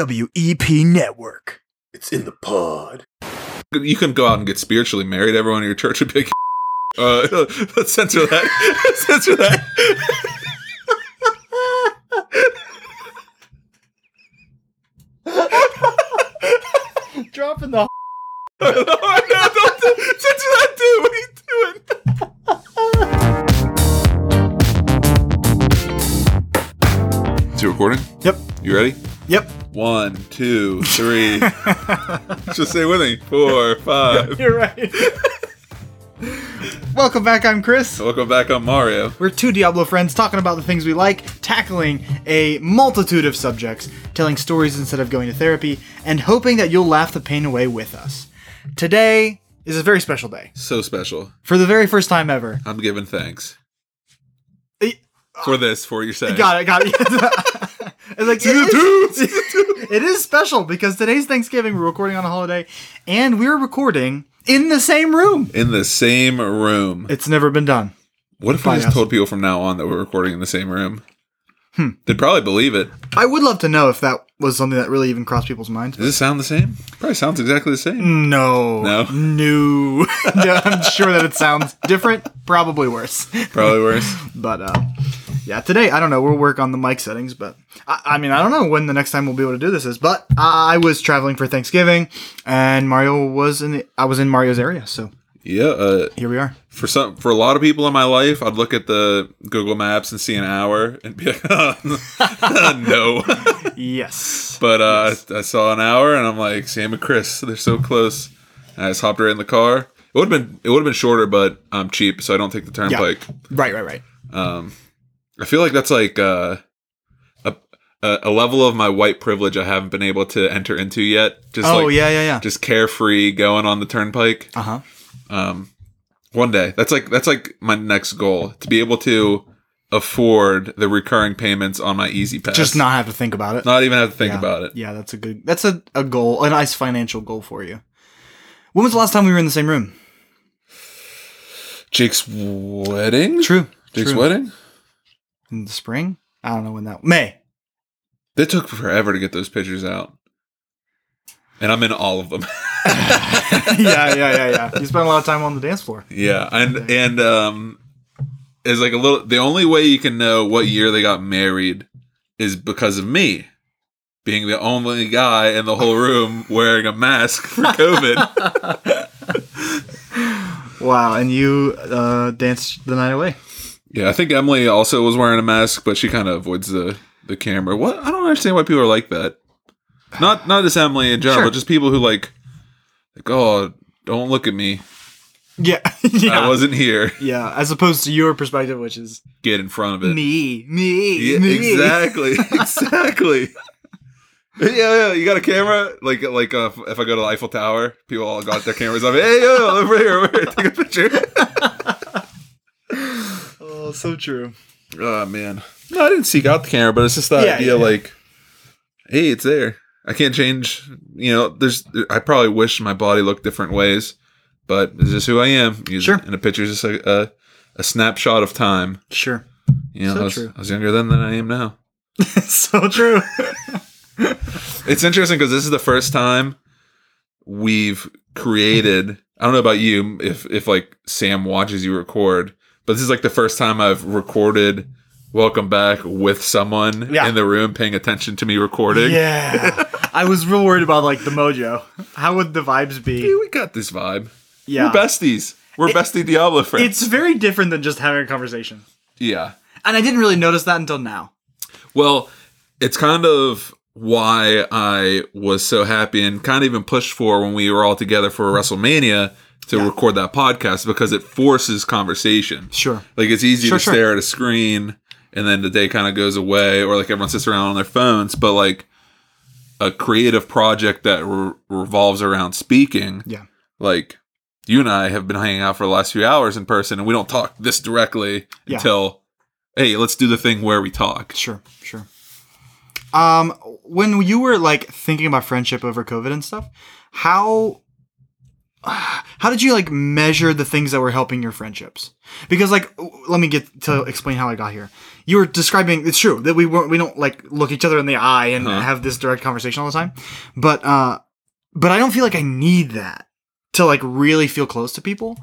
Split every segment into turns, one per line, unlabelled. IWEP Network.
It's in the pod.
You can go out and get spiritually married. Everyone in your church would be like, uh, let's censor that. censor that.
Dropping the.
no, no, don't do- censor that too. What are you doing? Is it recording?
Yep.
You ready?
Yep.
One, two, three. Just say with me. Four, five.
You're right. Welcome back. I'm Chris.
Welcome back on Mario.
We're two Diablo friends talking about the things we like, tackling a multitude of subjects, telling stories instead of going to therapy, and hoping that you'll laugh the pain away with us. Today is a very special day.
So special.
For the very first time ever.
I'm giving thanks
Eh,
for this, for your saying.
Got it, got it. It's like, it is- it is special because today's Thanksgiving. We're recording on a holiday, and we're recording in the same room.
In the same room.
It's never been done.
What if I
Fine,
just told people from now on that we're recording in the same room? They'd probably believe it.
I would love to know if that was something that really even crossed people's minds.
Does it sound the same? Probably sounds exactly the same.
No,
No?
no. No, I'm sure that it sounds different, probably worse.
Probably worse.
But uh, yeah, today I don't know. We'll work on the mic settings, but I, I mean I don't know when the next time we'll be able to do this is. But I was traveling for Thanksgiving, and Mario was in. The, I was in Mario's area, so
yeah. Uh,
here we are.
for some, for a lot of people in my life, I'd look at the Google Maps and see an hour and be like, "Uh, no.
Yes.
but uh, I, I saw an hour and I'm like, Sam and Chris, they're so close. And I just hopped right in the car. It would have been it would have been shorter, but I'm cheap, so I don't take the turnpike.
Right, right, right.
Um, I feel like that's like uh, a a a level of my white privilege I haven't been able to enter into yet. Just
Oh
like,
yeah, yeah, yeah.
just carefree going on the turnpike.
Uh huh.
Um, one day that's like that's like my next goal to be able to afford the recurring payments on my Easy Pass.
Just not have to think about it.
not even have to think
Yeah.
about it.
Yeah, that's a good. That's a, a goal, a nice financial goal for you. When was the last time we were in the same room?
Jake's wedding.
True.
Jake's
True.
wedding.
In the spring? I don't know when that. May.
It took forever to get those pictures out, and I'm in all of them.
yeah, yeah, yeah, yeah. You spent a lot of time on the dance floor.
Yeah, and and um, is like a little. The only way you can know what year they got married is because of me being the only guy in the whole room wearing a mask for COVID.
Wow, and you uh, danced the night away.
yeah, I think Emily also was wearing a mask, but she kind of avoids the the camera. What I don't understand why people are like that. Not not just Emily in general,
Sure.
but just people who like like oh don't look at me.
Yeah, yeah,
I wasn't here.
yeah. As opposed to your perspective, which is
Get in front of it.
me, me,
Yeah,
me.
exactly, exactly. Yeah, yeah, you got a camera? Like, like uh, if I go to the Eiffel Tower, people all got their cameras up. Hey, yo, over here, over here, take a picture.
Oh, so true.
oh man, no, I didn't seek out the camera, but it's just that
Yeah,
idea,
yeah.
like, hey, it's there. I can't change. You know, there's. I probably wish my body looked different ways, but this is who I am. You-
Sure.
And a picture is just like a, a snapshot of time.
Sure.
You know,
So
I, was,
true.
I was younger then than I am now.
so true.
It's interesting because this is the first time we've created. I don't know about you, if if like Sam watches you record, but this is like the first time I've recorded "Welcome Back" with someone
Yeah.
in the room paying attention to me recording.
yeah. I was real worried about like the mojo. How would the vibes
Hey,
be?
we got this vibe.
Yeah.
We're besties. We're bestie Diablo friends.
It's very different than just having a conversation.
yeah.
And I didn't really notice that until now.
Well, it's kind of why I was so happy and kind of even pushed for when we were all together for
Mm-hmm.
WrestleMania to record that podcast because it forces conversation.
Sure.
Like it's easy
Sure,
to
sure.
stare at a screen and then the day kind of goes away or like everyone sits around on their phones, but like a creative project that re- revolves around speaking.
Yeah.
Like you and I have been hanging out for the last few hours in person and we don't talk this directly
Yeah.
until hey, let's do the thing where we talk.
Sure. Sure. Um, when you were like thinking about friendship over COVID and stuff, how how did you like measure the things that were helping your friendships? Because like, w- let me get to explain how I got here. You were describing it's true that we weren't we don't like look each other in the eye and have this direct conversation all the time, but uh, but I don't feel like I need that to like really feel close to people.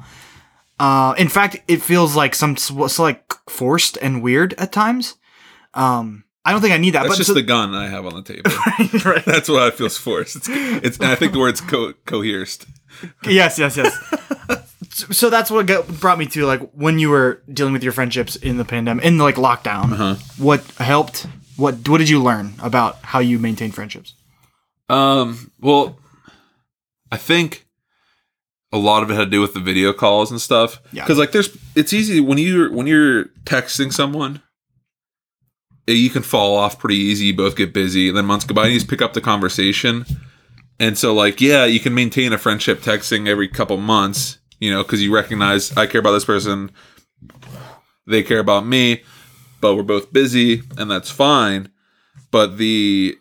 Uh, in fact, it feels like some so like forced and weird at times. Um, I don't think I need that.
That's
but
just
so-
the gun I have on the table.
right.
That's why it feels forced. It's, it's and I think the word's co- coerced.
yes, yes, yes. so so that's what got, brought me to like when you were dealing with your friendships in the pandemic, in like lockdown.
Uh-huh.
What helped? What What did you learn about how you maintain friendships?
Um, well, I think a lot of it had to do with the video calls and stuff.
Yeah.
Because like, there's it's easy when you're when you're texting someone, eh, you can fall off pretty easy. You both get busy, and then months go by, and you just pick up the conversation. And so, like, yeah, you can maintain a friendship texting every couple months, you know, because you recognize I care about this person, they care about me, but we're both busy, and that's fine. But the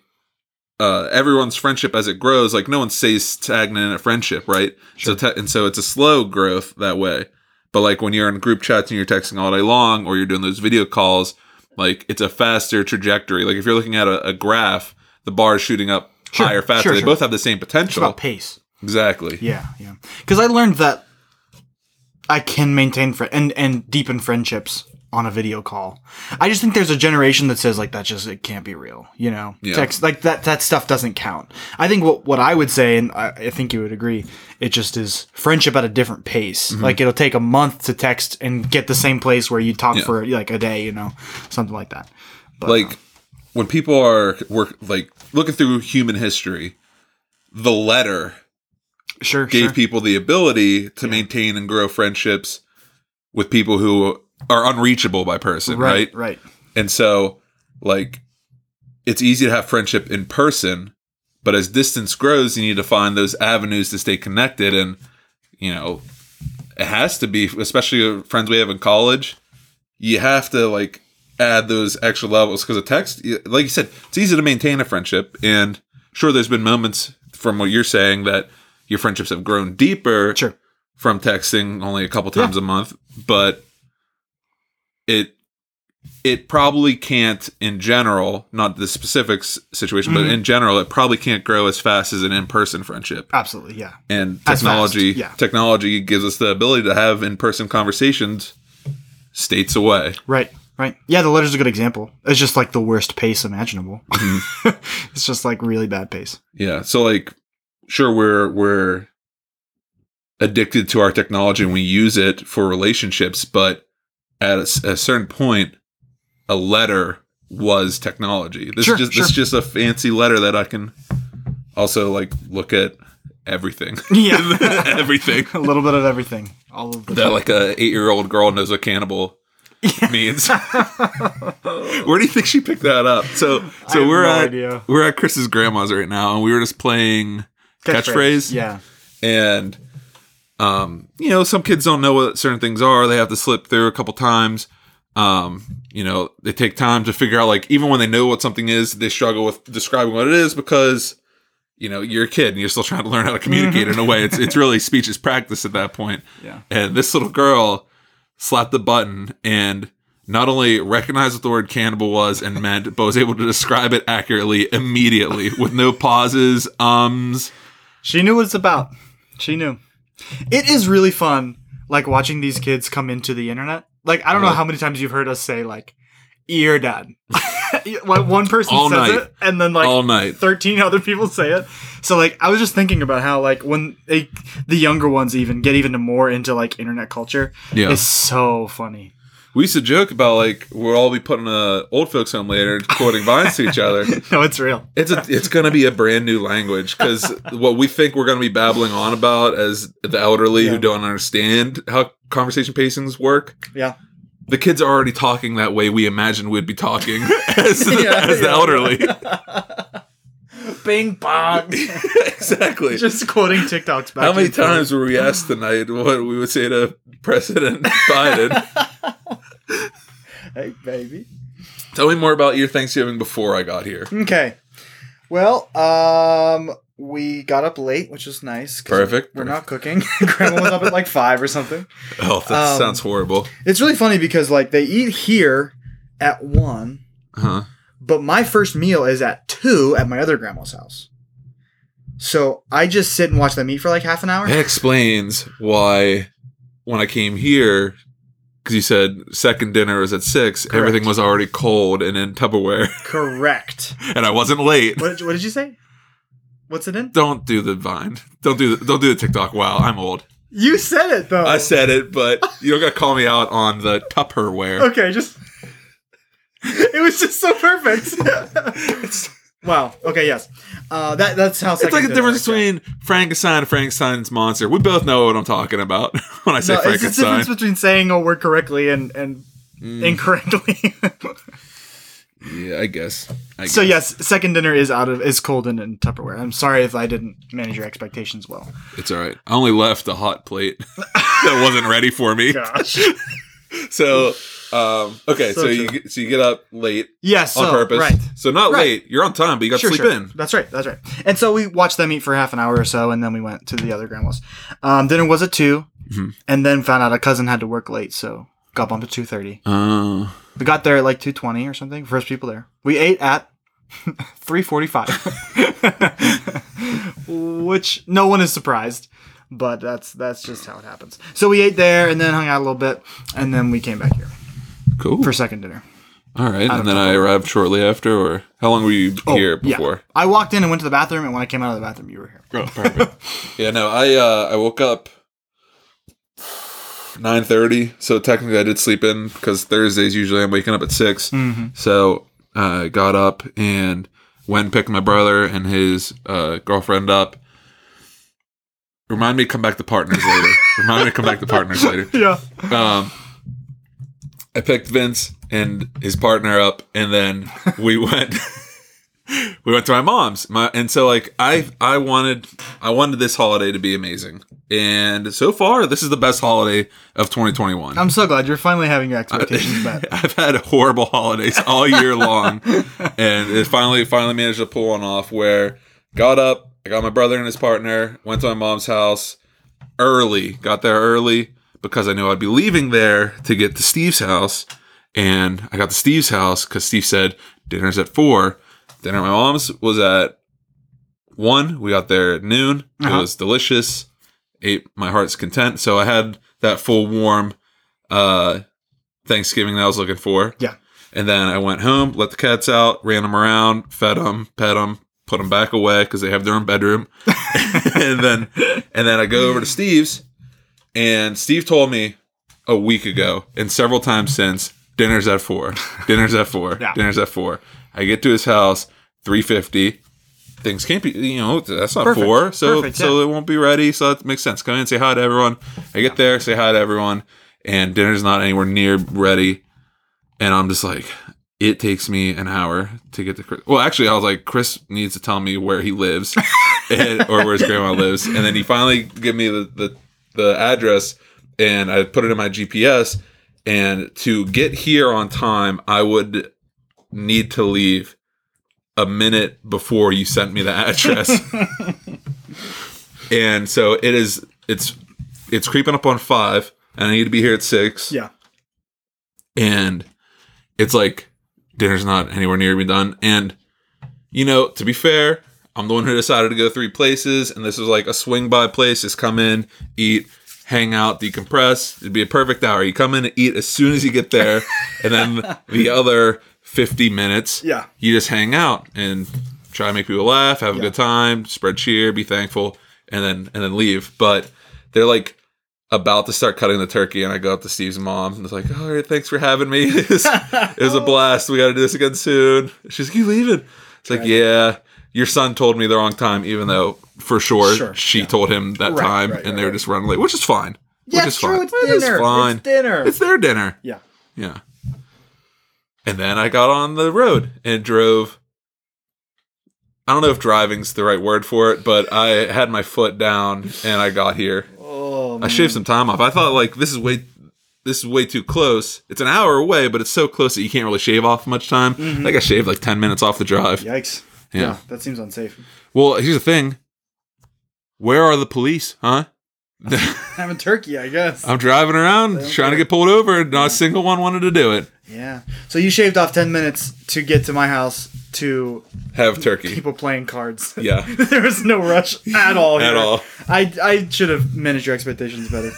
uh, everyone's friendship as it grows, like no one stays stagnant in a friendship, right? So te- and so it's a slow growth that way. But like when you're in group chats and you're texting all day long, or you're doing those video calls, like it's a faster trajectory. Like if you're looking at a, a graph, the bar is shooting up
Sure,
higher, faster.
sure,
they
sure.
both have the same potential.
About pace.
exactly.
Yeah, yeah. Because I learned that I can maintain fri and and deepen friendships on a video call. I just think there's a generation that says like that just it can't be real, you know.
Yeah.
Text like that that stuff doesn't count. I think what what I would say, and I, I think you would agree, it just is friendship at a different pace.
Mm-hmm.
Like it'll take a month to text and get the same place where you talk for like a day, you know, something like that.
like when people are work like looking through human history, the letter
Sure,
gave
sure.
people the ability to maintain and grow friendships with people who are unreachable by person,
right,
right?
right.
And so, like, it's easy to have friendship in person, but as distance grows, you need to find those avenues to stay connected. And, you know, it has to be, especially friends we have in college, you have to, like, add those extra levels because a text, you- like you said, it's easy to maintain a friendship. And sure, there's been moments from what you're saying that your friendships have grown deeper
Sure.
from texting only a couple times a month, but it it probably can't in general, not the specific s- situation,
Mm-hmm.
but in general, it probably can't grow as fast as an in-person friendship.
Absolutely, yeah.
And
As fast,
technology
yeah.
technology gives us the ability to have in-person conversations states away.
Right, right. Yeah, the letter's a good example. It's just like the worst pace imaginable.
Mm-hmm.
it's just like really bad pace.
Yeah. So like sure we're we're addicted to our technology and we use it for relationships, but at a, s- a certain point a letter was technology. This
Sure,
is just
sure.
this is just a fancy letter that I can also like look at everything.
Yeah.
everything.
a little bit of everything. All of the
That like a 8-year-old girl knows what cannibal means. Where do you think she picked that up? So so
have
we're
no
at
idea.
we're at Chris's grandma's right now and we were just playing catchphrase.
Yeah.
and um, you know some kids don't know what certain things are they have to slip through a couple times um, you know they take time to figure out like even when they know what something is they struggle with describing what it is because you know you're a kid and you're still trying to learn how to communicate in a way it's, it's really speech is practice at that point
Yeah.
and this little girl slapped the button and not only recognized what the word cannibal was and meant, but was able to describe it accurately immediately with no pauses, ums.
She knew what it's about. She knew. It is really fun, like watching these kids come into the internet. Like I don't know how many times you've heard us say like, "Ear dad." like one person
All
says
night.
it, and then like
All night.
13 other people say it. So like I was just thinking about how like when they the younger ones even get even more into like internet culture.
Yeah.
It's so funny.
We used to joke about like we'll all be putting a old folks home later, quoting vines to each other.
No, it's real.
It's a, it's gonna be a brand new language because what we think we're gonna be babbling on about as the elderly who don't understand how conversation pacings work,
Yeah.
the kids are already talking that way we imagined we'd be talking as,
Yeah,
as the
yeah.
elderly.
Bing bong.
exactly.
just quoting TikToks back.
how many
and forth.
times were we asked tonight what we would say to President Biden?
Hey, baby.
Tell me more about your Thanksgiving before I got here.
Okay. Well, um, we got up late, which was nice. 'cause
Perfect.
We're not cooking. Grandma was up at like five or something.
Oh, that
Um,
sounds horrible.
It's really funny because like they eat here at one,
Huh?
but my first meal is at two at my other grandma's house. So I just sit and watch them eat for like half an hour.
That explains why when I came here, because you said second dinner was at six,
Correct.
everything was already cold and in Tupperware,
Correct.
and I wasn't late.
What did, what did you say? What's it in?
Don't do the Vine. Don't do the, don't do the TikTok. Wow, I'm old.
You said it though.
I said it, but you don't gotta call me out on the Tupperware.
Okay, just. it was just so perfect. wow. Okay. Yes. Uh, that that's how.
It's like the difference between Frankenstein and Frankenstein's monster. We both know what I'm talking about when I say
No, it's the
Frankenstein.
difference between saying a word correctly and and
Mm.
incorrectly.
yeah, I guess. I
so
guess.
yes, second dinner is out of is cold and in Tupperware. I'm sorry if I didn't manage your expectations well.
It's all right. I only left a hot plate that wasn't ready for me.
Gosh.
So, um, okay, so,
So
you
true.
get- so you get up late
Yes.
on
so,
purpose.
Right.
So not
Right.
late. You're on time, but you got to
Sure,
sleep
sure.
in.
That's right. That's right. And so we watched them eat for half an hour or so, and then we went to the other grandma's. Um, dinner was at 2
Mhm.
and then found out a cousin had to work late, so got bumped at two thirty.
Oh,
We got there at like two twenty or something. First people there. We ate at three forty five, which no one is surprised, but that's that's just how it happens. So we ate there and then hung out a little bit, and then we came back here
cool.
for second dinner.
all right, and then I arrived shortly after. Or how long were you here
Oh, Yeah.
before?
I walked in and went to the bathroom, and when I came out of the bathroom, you were here.
Oh, perfect. yeah, no, I uh, I woke up nine thirty. So technically, I did sleep in because Thursdays usually I'm waking up at 6 So I got up and went and picked my brother and his uh, girlfriend up. Remind me to come back to partners later. Remind me to come back to partners later
Yeah.
um, I picked Vince and his partner up, and then we went. we went to my mom's. My and so like I I wanted I wanted this holiday to be amazing, and so far this is the best holiday of 2021.
I'm so glad you're finally having your
Uh,
expectations met.
I've had horrible holidays all year long, and it finally finally managed to pull one off. Where got up, I got my brother and his partner, went to my mom's house early, got there early because I knew I'd be leaving there to get to Steve's house, and I got to Steve's house because Steve said dinner's at four. Dinner at my mom's was at one. We got there at noon. It
Uh-huh.
was delicious. Ate my heart's content. So I had that full warm uh Thanksgiving that I was looking for.
Yeah.
And then I went home, let the cats out, ran them around, fed them, pet them, put them back away because they have their own bedroom. and then and then I go over to Steve's, and Steve told me a week ago and several times since dinner's at four, dinner's at four,
Yeah.
dinner's at four. I get to his house, three fifty. Things can't be, you know, that's not
Perfect.
four, so
Perfect,
so it won't be ready. So that makes sense. Come in, say hi to everyone. I get there, say hi to everyone, and dinner's not anywhere near ready. And I'm just like, it takes me an hour to get to Chris. Well, actually, I was like, Chris needs to tell me where he lives and, or where his grandma lives. And then he finally gave me the, the, the address and I put it in my GPS. And to get here on time, I would need to leave a minute before you sent me the address. and so it is, it's, it's creeping up on five and I need to be here at six
Yeah.
and it's like dinner's not anywhere near being done. And you know, to be fair, I'm the one who decided to go three places, and this was like a swing by place. Just come in, eat, hang out, decompress. It'd be a perfect hour. You come in and eat as soon as you get there, and then the other 50 minutes,
Yeah.
you just hang out and try to make people laugh, have a good time, spread cheer, be thankful, and then and then leave. But they're like about to start cutting the turkey, and I go up to Steve's mom and it's like, "All right, thanks for having me. it was it was a blast. We got to do this again soon." She's like, "You leaving?" It's like, "Yeah, your son told me the wrong time, even though for sure,
Sure,
she told him that
Right,
time,
right,
and
right,
they were
right.
just running late, which is fine.
Yeah,
which is
true.
fine.
It's
It is
dinner.
fine.
It's dinner.
It's their dinner.
yeah.
Yeah. And then I got on the road and drove. I don't know if driving's the right word for it, but I had my foot down and I got here.
Oh.
I shaved some time off. I thought like this is way this is way too close. It's an hour away, but it's so close that you can't really shave off much time. Like I shaved like ten minutes off the drive.
Yikes.
Yeah.
That seems unsafe.
Well, here's the thing.
Where are the police, huh?
I'm in Turkey, I guess.
I'm driving around
don't
trying to
care.
get pulled over, and not a single one wanted to do it.
yeah. So you shaved off 10 minutes to get to my house to
Have turkey.
people playing cards.
Yeah.
there was no rush at all.
At
here.
all.
I, I should have managed your expectations better.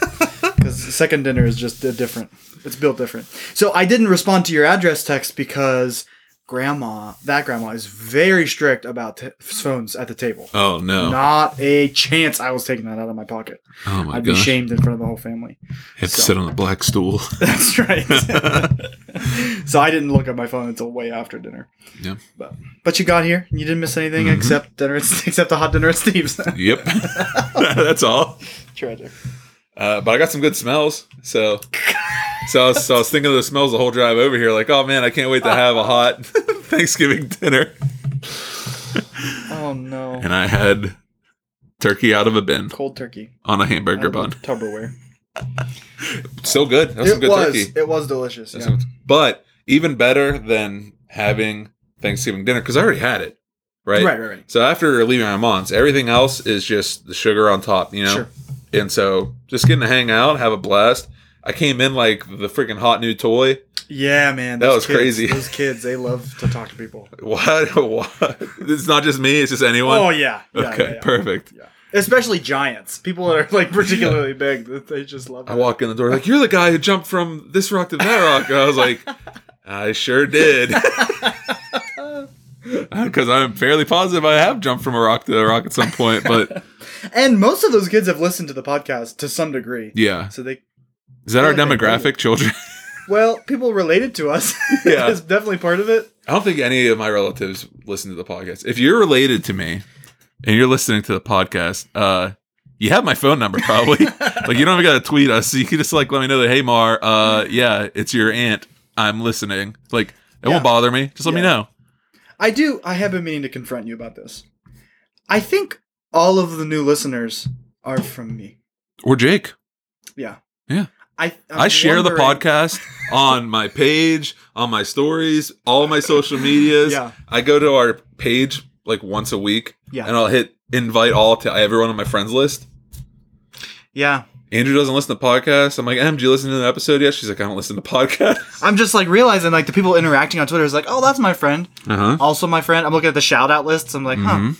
Because second dinner is just uh, different. It's built different. So I didn't respond to your address text because grandma, that grandma, is very strict about t- phones at the table.
Oh no!
Not a chance I was taking that out of my pocket.
oh my
I'd be
gosh!
shamed in front of the whole family.
Had to sit on the black stool.
That's right. so I didn't look at my phone until way after dinner.
Yeah.
But but you got here and you didn't miss anything
Mm-hmm.
except dinner at, except a hot dinner at Steve's.
yep, that's all.
Tragic.
Uh, but I got some good smells. So, so I, was, so I was thinking of those smells the whole drive over here. Like, oh man, I can't wait to have a hot Thanksgiving dinner.
Oh no.
And I had turkey out of a bin
Cold turkey.
on a hamburger
Out
bun.
of Tupperware.
So good. That was some
It
good
was.
turkey.
It was delicious.
That's
Yeah.
some- But even better than having Thanksgiving dinner because I already had it, right?
Right, right, right.
So after leaving my mom's, everything else is just the sugar on top, you know.
Sure.
And so just getting to hang out, have a blast. I came in like the freaking hot new toy.
Yeah, man.
That
those
was
kids-
crazy.
Those kids, they love to talk to people.
What? what? It's not just me. It's just anyone.
Oh yeah. yeah
okay,
yeah, yeah.
perfect.
Yeah. Especially giants. People that are like particularly big. They just love.
I
it.
walk in the door like you're the guy who jumped from this rock to that rock. I was like, I sure did, Uh,
Because I'm fairly positive I have jumped from a rock to a rock at some point, but
And most of those kids have listened to the podcast to some degree.
yeah.
So they
Is that our
Yeah, they-
demographic, children?
Well, people related to us.
Yeah.
That's definitely part of it.
I don't think any of my relatives listen to the podcast.
If you're related to me and you're listening to the podcast, uh, you have my phone number probably. like you don't even got to tweet us. You can just like let me know that hey Mar, uh, yeah, it's your aunt. I'm listening. Like it
Yeah.
won't bother me. Just let me
Yeah.
know.
I do. I have been meaning to confront you about this. I think all of the new listeners are from me.
Or Jake.
Yeah.
Yeah.
I I'm
i share the
wondering-
podcast on my page, on my stories, all my social medias.
Yeah.
I go to our page like once a week,
Yeah.
and I'll hit invite all to everyone on my friends list.
Yeah.
Andrew doesn't listen to podcasts. I'm like, Em, do you listen to the episode yet? She's like, I don't listen to podcasts.
I'm just like realizing like the people interacting on Twitter is like, oh, that's my friend.
Uh huh.
Also my friend. I'm looking at the shout out lists. I'm like,
Mm-hmm.
huh,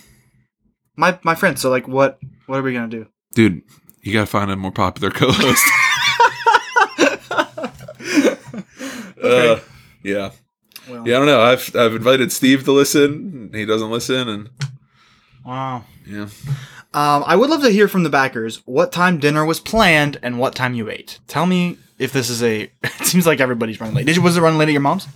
my my friend. So like, what what are we gonna do?
Dude, you gotta find a more popular co-host.
Uh, yeah,
Well,
yeah. I don't know. I've I've invited Steve to listen. He doesn't listen, and
Wow.
yeah.
Um, I would love to hear from the backers what time dinner was planned and what time you ate. Tell me if this is a. It seems like everybody's running late. Did you, was it running late at your mom's?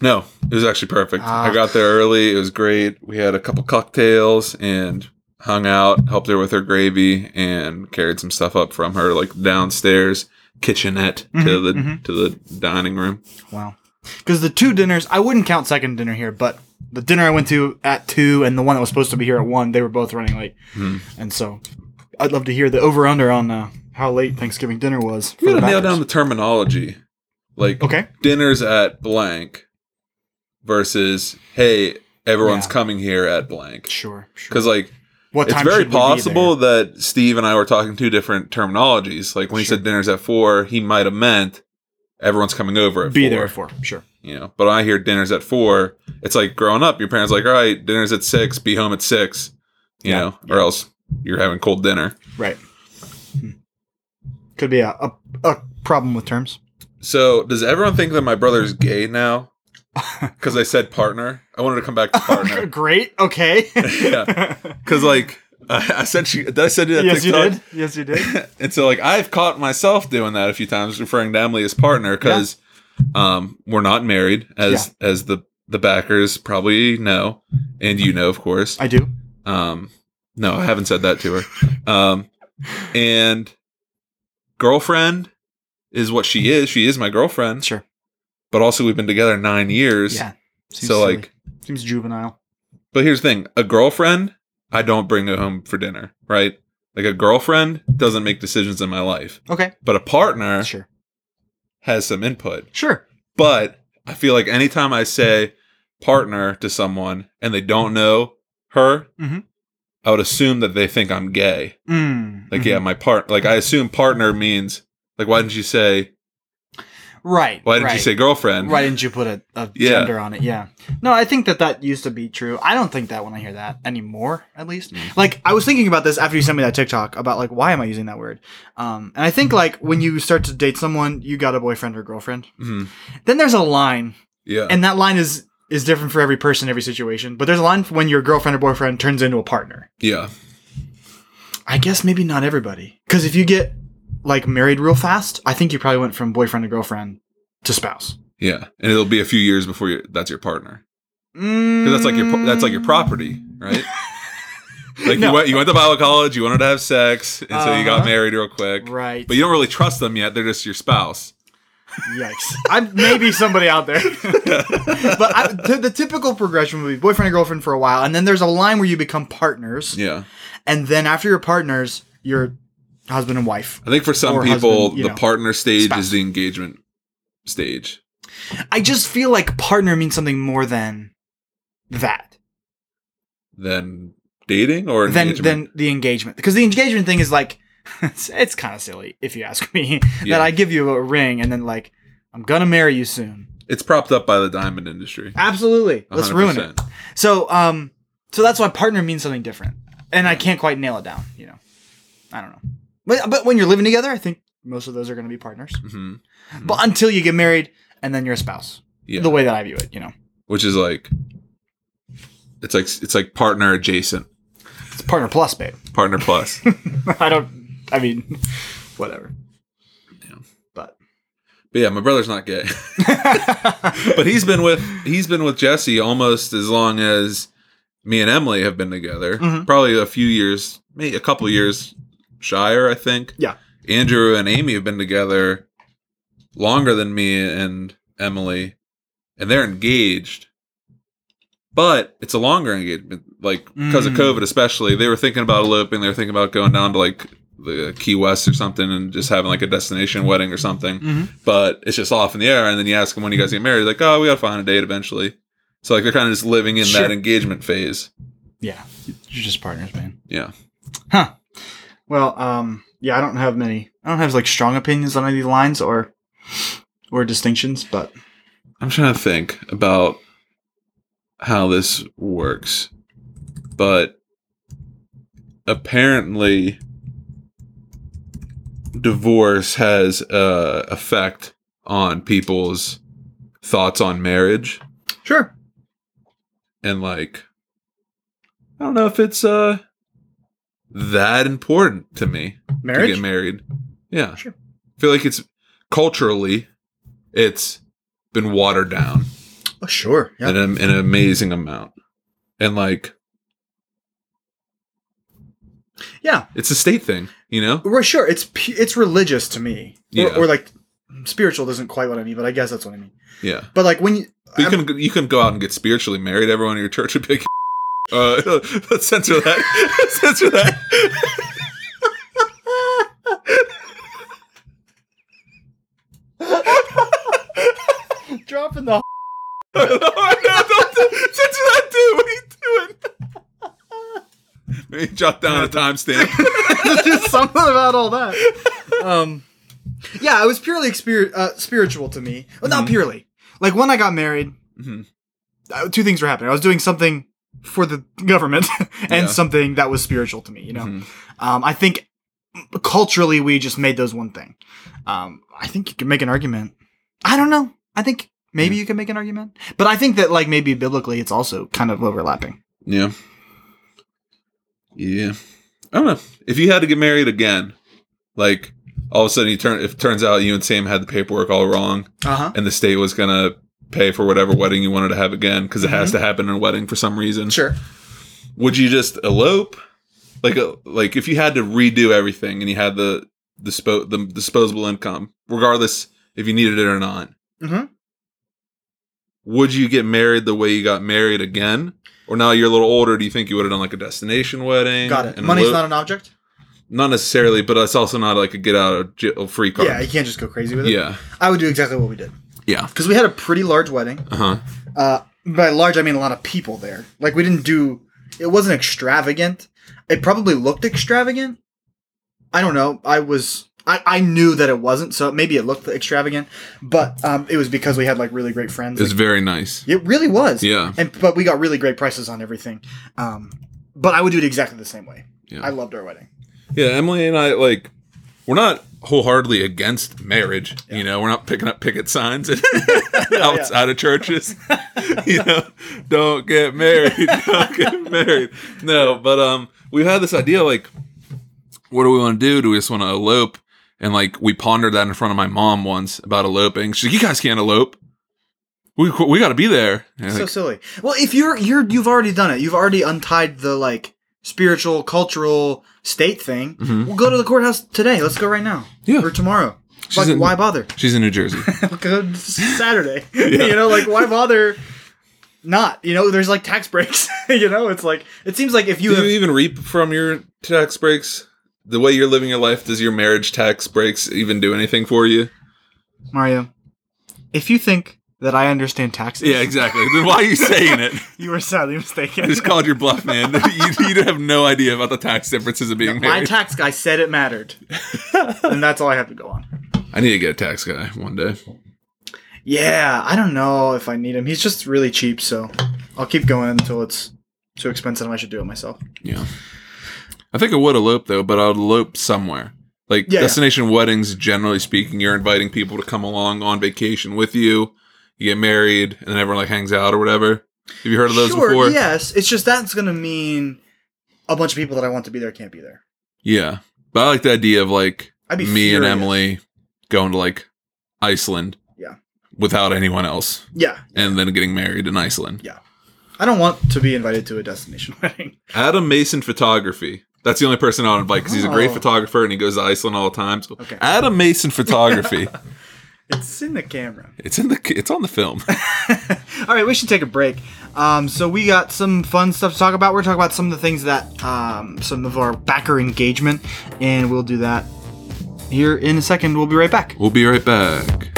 No, it was actually perfect.
Ah.
I got there early. It was great. We had a couple cocktails and hung out, helped her with her gravy, and carried some stuff up from her like downstairs kitchenette
Mm-hmm,
to the to the dining room.
Wow. Because the two dinners, I wouldn't count second dinner here, but the dinner I went to at two and the one that was supposed to be here at one, they were both running late.
Hmm.
And so, I'd love to hear the over under on uh, how late Thanksgiving dinner was. For
We
the
gotta nail
backers.
down the terminology, like
Okay.
dinners at blank versus hey everyone's
Yeah.
coming here at blank
Sure. Sure.
because like
What
it's
time
very
should we be
possible that Steve and I were talking two different terminologies. Like when he
Sure.
said dinners at four, he might have meant everyone's coming over
there?
at
Be
four.
there at four. Sure.
You know, but when I hear dinners at four. It's like growing up, your parents are like, all right, dinners at six, be home at six. You
Yeah.
know, or else you're having cold dinner.
Right. Hmm. Could be a, a, a problem with terms.
So does everyone think that my brother's gay now? Because I said partner. I wanted to come back to partner.
Great. Okay.
yeah, because like I, I sent you. Did I send you that?
yes, you
TikTok?
did. Yes, you did.
and so like I've caught myself doing that a few times, referring to Emily as partner because um, we're not married, as as the the backers probably know, and you know, of course.
I do.
Um, no, I haven't said that to her. Um, and girlfriend is what she is. She is my girlfriend.
Sure.
But also, we've been together nine years.
Yeah. Seems
so
silly.
like,
seems juvenile.
but here's the thing: a girlfriend, I don't bring her home for dinner, right? Like a girlfriend doesn't make decisions in my life,
Okay.
but a partner
Sure.
has some input.
Sure.
But I feel like anytime I say partner to someone and they don't know her,
Mhm.
I would assume that they think I'm gay.
Mm,
Like,
mhm.
yeah, my part. Like, I assume partner means like, why didn't you say?
Right.
Why didn't
right.
you say girlfriend?
Why didn't you put a, a
Yeah.
gender on it? Yeah. No, I think that that used to be true. I don't think that when I hear that anymore, at least.
Mm-hmm.
Like, I was thinking about this after you sent me that TikTok about, like, why am I using that word? Um, and I think, like, when you start to date someone, you got a boyfriend or girlfriend.
Mhm.
Then there's a line,
Yeah.
and that line is is different for every person, every situation. But there's a line for when your girlfriend or boyfriend turns into a partner.
yeah.
I guess maybe not everybody. Because if you get, like, married real fast, I think you probably went from boyfriend to girlfriend to spouse.
Yeah. And it'll be a few years before you, that's your partner. 'Cause that's like your pro- that's like your property, right? like
No.
you went you went to Bible college, you wanted to have sex, and so you
Uh-huh.
got married real quick.
Right.
But you don't really trust them yet; they're just your spouse.
Yikes! I maybe somebody out there, but I, t- the typical progression would be boyfriend and girlfriend for a while, and then there's a line where you become partners,
Yeah.
and then after you're partners, you're husband and wife.
I think for some
Or
people,
husband, you
the
know,
partner stage
spouse.
is the engagement stage.
I just feel like partner means something more than that
Than dating or
than
engagement.
than the engagement, because the engagement thing is like it's, it's kind of silly if you ask me
Yeah.
that I give you a ring and then like I'm gonna marry you soon.
it's propped up by the diamond industry.
Absolutely, let's ruin it.
100%.
So, um, so that's why partner means something different, and I can't quite nail it down. You know, I don't know. But, but when you're living together, I think most of those are going to be partners.
Mhm.
But until you get married, and then you're a spouse.
Yeah.
The way that I view it, you know,
Which is like, it's like it's like partner adjacent,
it's partner plus, babe.
partner plus.
I don't. I mean, whatever. But
But yeah, my brother's not gay. but he's been with he's been with Jesse almost as long as me and Emily have been together.
Mhm.
Probably a few years, maybe a couple years shyer, I think.
Mm-hmm. Yeah.
Andrew and Amy have been together longer than me and Emily, and they're engaged. But it's a longer engagement, like because
Mm.
of COVID, especially. They were thinking about eloping. They were thinking about going down to like the Key West or something and just having like a destination wedding or something
Mhm.
but it's just off in the air. And then you ask them when you guys get married, like, oh, we gotta find a date eventually. So like they're kind of just living in
Sure.
that engagement phase.
yeah, you're just partners, man.
Yeah,
Well, um, yeah, I don't have many. I don't have like strong opinions on any of these lines or or distinctions, but
I'm trying to think about how this works, but apparently, divorce has a effect on people's thoughts on marriage.
sure.
and like I don't know if it's uh that important to me to
Marriage.
get married. Yeah.
Sure.
I feel like it's culturally it's been watered down
Oh, sure. Yeah.
in, an, in an amazing amount. And like
Yeah.
it's a state thing, you know?
Well, sure. It's pu- it's religious to me.
Yeah.
Or, or like spiritual doesn't quite what I mean, but I guess that's what I mean.
Yeah.
But like when you,
But you couldn't you couldn't go out and get spiritually married. Everyone in your church would be like uh, let's censor that. censor that.
I'm dropping the
no, no, don't do- censor that too. What are you doing? Maybe jot down a timestamp.
just something about all that. Um, yeah, it was purely exper- uh, spiritual to me. Well,
Mm-hmm.
not purely. Like when I got married,
Mhm.
uh, two things were happening. I was doing something for the government and
Yeah.
something that was spiritual to me. You know,
Mhm.
um, I think culturally we just made those one thing. Um, I think you can make an argument. I don't know. I think maybe you can make an argument, but I think that like maybe biblically it's also kind of overlapping.
Yeah. Yeah. I don't know. If you had to get married again, like all of a sudden you turn if it turns out you and Sam had the paperwork all wrong
Uh huh.
and the state was gonna pay for whatever wedding you wanted to have again because it has to happen in a wedding for some reason.
Sure.
Would you just elope? Like uh, like if you had to redo everything and you had the dispo- the disposable income, regardless if you needed it or not,
hmm
would you get married the way you got married again? Or now you're a little older, do you think you would have done like a destination wedding?
Got it.
and
Money's
lo-
not an object.
not necessarily, but it's also not like a get out of jail free card.
Yeah, you can't just go crazy with it.
yeah,
I would do exactly what we did.
Yeah.
Because we had a pretty large wedding.
uh huh,
Uh, by large, I mean a lot of people there. Like we didn't do. It wasn't extravagant. It probably looked extravagant. I don't know. I was I, I knew that it wasn't, so maybe it looked extravagant, but um, it was because we had like really great friends.
It was very nice.
It really was.
Yeah.
And but we got really great prices on everything. Um, but I would do it exactly the same way.
Yeah.
I loved our wedding.
Yeah, Emily and I like we're not wholeheartedly against marriage. You know, we're not picking up picket signs at- outside of churches. you know, don't get married, don't get married. No, but um, we've had this idea like, what do we want to do? Do we just want to elope? And like we pondered that in front of my mom once about eloping. She's like, "You guys can't elope. We we got to be there." And
so
like,
silly. Well, if you're you're you've already done it. You've already untied the like spiritual, cultural, state thing. We'll go to the courthouse today. Let's go right now.
Mm-hmm. Yeah.
Or tomorrow.
She's
Like,
in-
why bother?
She's in New Jersey.
Go Saturday. You know, like why bother? Not. You know, there's like tax breaks. you know, it's like it seems like if you
Do
have
you even reap from your tax breaks? The way you're living your life, does your marriage tax breaks even do anything for you?
Mario, if you think that I understand taxes,
Yeah, exactly. then why are you saying it?
you are sadly mistaken.
I just called your bluff, man. You, you have no idea about the tax differences of being
My
married.
tax guy said it mattered. and that's all I have to go on.
I need to get a tax guy one day.
Yeah, I don't know if I need him. He's just really cheap, so I'll keep going until it's too expensive and I should do it myself.
Yeah. I think I would elope though, but I'd elope somewhere. Like
Yeah, yeah.
destination weddings, generally speaking, you're inviting people to come along on vacation with you. You get married, and then everyone like hangs out or whatever. Have you heard of those
sure,
before?
yes. It's just that's going to mean a bunch of people that I want to be there can't be there.
Yeah. But I like the idea of like
I'd be
me and
furious.
Emily going to like Iceland.
Yeah.
Without anyone else.
Yeah.
And then getting married in Iceland.
I don't want to be invited to a destination wedding.
Adam Mason Photography. That's the only person I'll invite because he's a great
Oh.
photographer and he goes to Iceland all the time. So
Okay.
Adam Mason Photography.
It's in the camera.
it's in the it's on the film.
All right, we should take a break. Um, so we got some fun stuff to talk about. We're talking about some of the things that um, some of our backer engagement, and we'll do that here in a second. We'll be right back.
We'll be right back.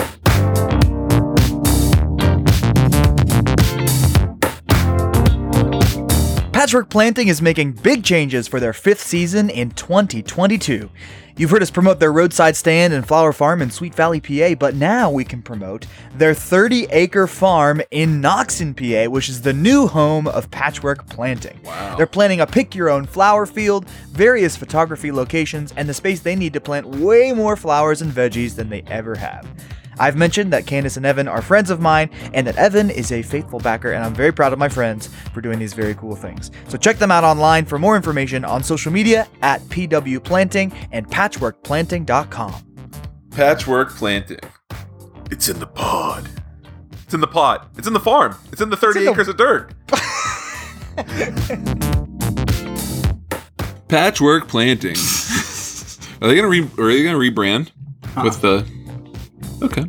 Patchwork Planting is making big changes for their fifth season in 2022. You've heard us promote their roadside stand and flower farm in Sweet Valley, PA, but now we can promote their 30 acre farm in Knoxon, PA, which is the new home of Patchwork Planting. Wow. They're planning a pick your own flower field, various photography locations, and the space they need to plant way more flowers and veggies than they ever have. I've mentioned that Candace and Evan are friends of mine, and that Evan is a faithful backer, and I'm very proud of my friends for doing these very cool things. So check them out online for more information on social media at PW Planting and patchworkplanting.com.
Patchwork planting.
It's in the pod. It's in the pot. It's in the farm. It's in the 30
It's in the-
acres of dirt.
Patchwork planting. are they gonna re, are they gonna rebrand with the Okay.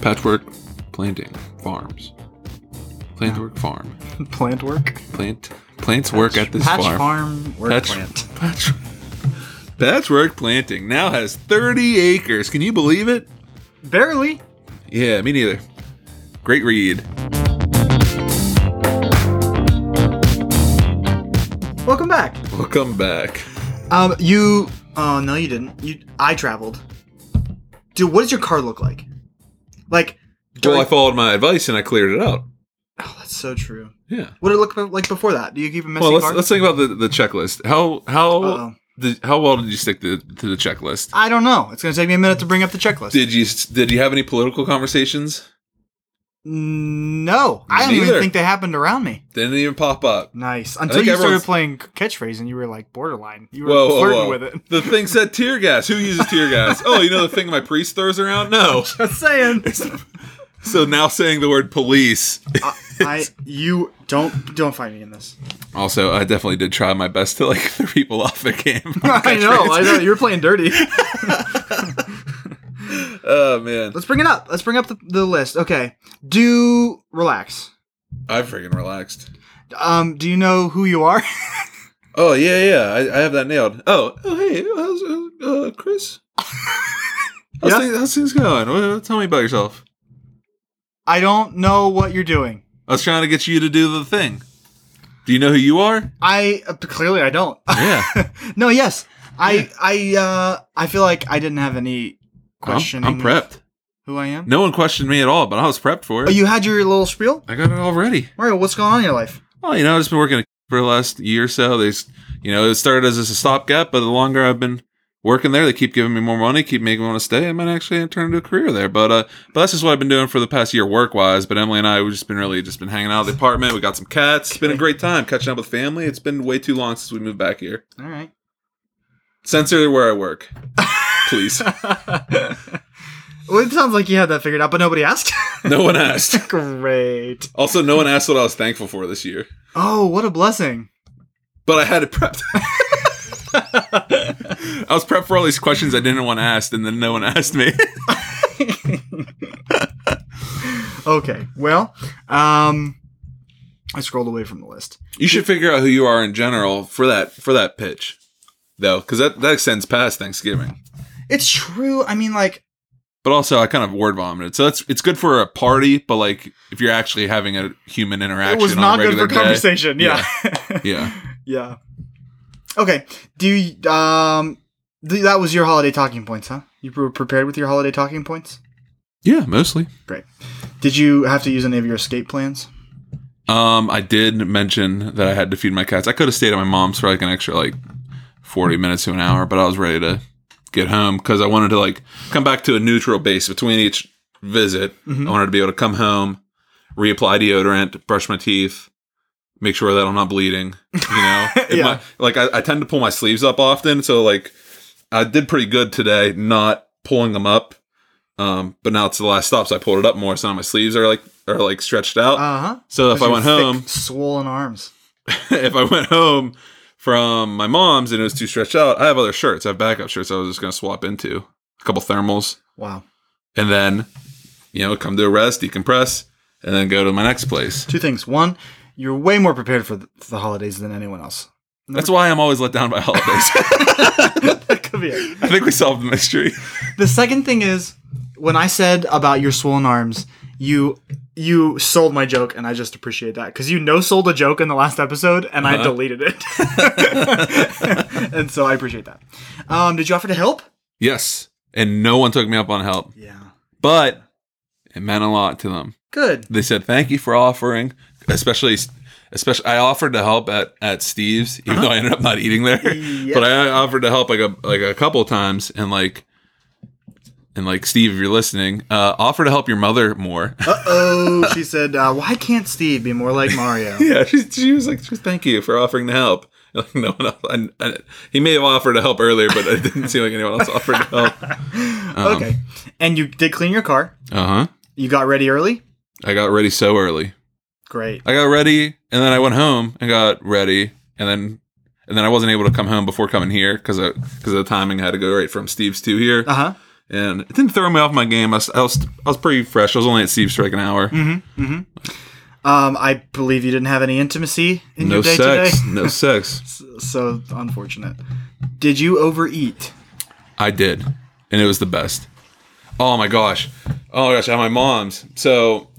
Patchwork planting farms. Plantwork farm.
Plant work,
Plant plants work at this
patch
farm.
farm, work
Patch-
plant.
Patch- Patchwork planting now has 30 acres. Can you believe it?
Barely.
Yeah, me neither. Great read.
Welcome back.
Welcome back.
Um, you. Oh no, you didn't. You. I traveled. Dude, what does your car look like? Like.
Well,
during-
I followed my advice and I cleared it out.
oh, that's so true.
Yeah.
What did it look like before that? Do you keep a messy
Well, let's,
car?
let's think about the, the checklist. How how
Uh-oh.
did, how well did you stick to, to the checklist?
I don't know. It's gonna take me a minute to bring up the checklist.
Did you did you have any political conversations?
No, I don't
Neither.
even think they happened around me.
Didn't even pop up.
Nice. Until
think
you
everyone's-
started playing catchphrase and you were like borderline. You were
Whoa, whoa,
flirting
whoa.
with it.
The thing said tear gas. Who uses tear gas? Oh, you know the thing my priest throws around? No.
Just saying.
So now saying the word police.
I you don't don't find me in this.
Also, I definitely did try my best to like throw people off the game.
I know. I know. You're playing dirty.
Oh man.
Let's bring it up. Let's bring up the, the list. Okay. Do relax.
I freaking relaxed.
Um. Do you know who you are?
Oh yeah, yeah. I, I have that nailed. Oh, oh hey, how's uh, uh, Chris? How's,
Yeah?
things, how's things going? Well, tell me about yourself.
I don't know what you're doing.
I was trying to get you to do the thing. Do you know who you are?
I uh, clearly I don't.
Yeah.
no, yes. I I uh I feel like I didn't have any
I'm,
questioning.
I'm prepped.
Who I am?
No one questioned me at all, but I was prepped for
Oh,
it.
you had your little spiel,
I got it all ready.
Mario. What's going on in your life?
Well, you know, I've just been working at for the last year or so. They, s- you know, it started as just a stopgap, but the longer I've been working there, they keep giving me more money, keep making me want to stay. I might actually turn into a career there. But uh, but that's just what I've been doing for the past year work wise. But Emily and I, we've just been really just been hanging out at the apartment. We got some cats. It's been a great time catching up with family. It's been way too long since we moved back here.
All right.
Censor where I work, please.
Well, it sounds like you had that figured out, but nobody asked.
No one asked.
Great.
Also, no one asked what I was thankful for this year,
Oh, what a blessing.
but I had it prepped. I was prepped for all these questions I didn't want asked, and then no one asked me.
Okay. Well, um, I scrolled away from the list.
You should figure out who you are in general for that for that pitch, though, because that that extends past Thanksgiving.
It's true. I mean, like,
But also, I kind of word vomited, so that's it's good for a party. But like, if you're actually having a human interaction,
it was
on a
not good for
regular day-
conversation. Yeah. Yeah.
Yeah,
Okay. Do you, um, th- that was your holiday talking points, huh? You were prepared with your holiday talking points.
yeah, mostly.
Great. Did you have to use any of your escape plans?
Um, I did mention that I had to feed my cats. I could have stayed at my mom's for like an extra like forty minutes to an hour, but I was ready to get home because I wanted to like come back to a neutral base between each visit. I wanted to be able to come home, reapply deodorant, brush my teeth, make sure that I'm not bleeding. You know, If
Yeah.
my- like I, I tend to pull my sleeves up often, so like I did pretty good today, not pulling them up. Um, but now it's the last stop, so I pulled it up more, so now my sleeves are like are like stretched out.
Uh huh.
so if I went home,
swollen arms.
if I went home from my mom's and it was too stretched out, I have other shirts. I have backup shirts I was just going to swap into a couple thermals
Wow.
and then, you know, come to a rest, decompress, and then go to my next place.
Two things. One, you're way more prepared for th- the holidays than anyone else.
That's why I'm always let down by holidays.
That could be it.
I think we solved the mystery.
The second thing is when I said about your swollen arms, you you sold my joke, and I just appreciate that because you no sold a joke in the last episode, and
Uh-huh.
I deleted it, and so I appreciate that. Um, did you offer to help?
Yes. And no one took me up on help,
Yeah.
but it meant a lot to them.
Good.
they said thank you for offering especially especially i offered to help at at steve's even
Uh-huh.
though i ended up not eating there
Yeah.
but i offered to help like a like a couple times and like and like steve if you're listening uh offer to help your mother more
Oh, she said, uh, "Why can't Steve be more like Mario?"
yeah she, she was like just thank you for offering to help like no one else I, I- he may have offered to help earlier but it didn't seem like anyone else offered to help Um,
Okay. And you did clean your car.
uh-huh
You got ready early.
i got ready so early
Great.
I got ready, and then I went home and got ready, and then and then I wasn't able to come home before coming here because because of the timing. I had to go right from Steve's to here,
Uh huh.
and it didn't throw me off my game. I was, I was I was pretty fresh. I was only at Steve's for like an hour.
Mm-hmm. Um, I believe you didn't have any intimacy in
No
your day
sex,
today.
no sex.
So unfortunate. Did you overeat?
I did, and it was the best. Oh my gosh, oh my gosh, at my mom's. So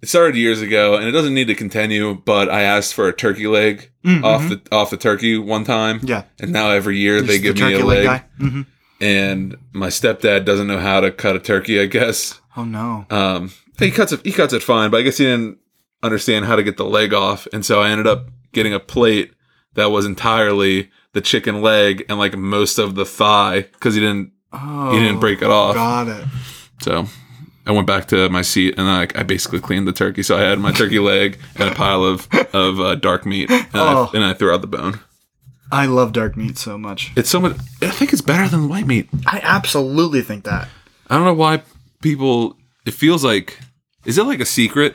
it started years ago, and it doesn't need to continue. But I asked for a turkey leg off the off the turkey one time.
Mm-hmm. Yeah.
and now every year they
Just
give
the
me a
turkey leg
leg.
guy? Mhm.
and my stepdad doesn't know how to cut a turkey. I guess
Oh no.
um, he cuts it. He cuts it fine, but I guess he didn't understand how to get the leg off, and so I ended up getting a plate that was entirely the chicken leg and like most of the thigh because he didn't
Oh,
he didn't break it off.
Got it.
So I went back to my seat and I, I basically cleaned the turkey. So I had my turkey leg and a pile of of uh, dark meat, and,
Oh.
I, and I threw out the bone.
I love dark meat so much.
It's so much. I think it's better than white meat.
I absolutely think that.
I don't know why people. It feels like. Is it like a secret?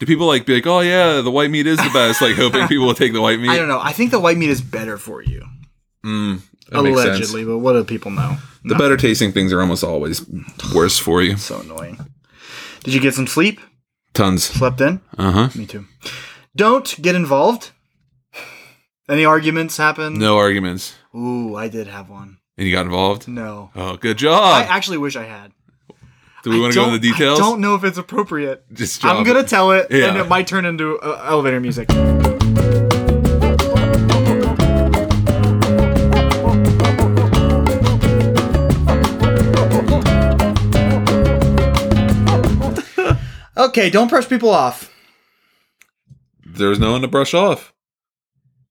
Do people like be like, oh yeah, the white meat is the best? Like hoping people will take the white meat.
I don't know. I think the white meat is better for you,
That makes sense.
allegedly. But what do people know?
the better tasting things are almost always worse for you.
So annoying. Did you get some sleep?
Tons.
Slept in?
Uh huh.
Me too. Don't get involved. Any arguments happen?
No arguments.
Ooh, I did have one.
And you got involved.
No.
Oh, good
I
job.
actually wish I had.
Do we want to go into
Don't-
the details?
I don't know if it's appropriate.
Just drop
I'm gonna
it.
tell it,
Yeah.
and it might turn into uh, elevator music. Okay, don't brush people off.
There was no one to brush off.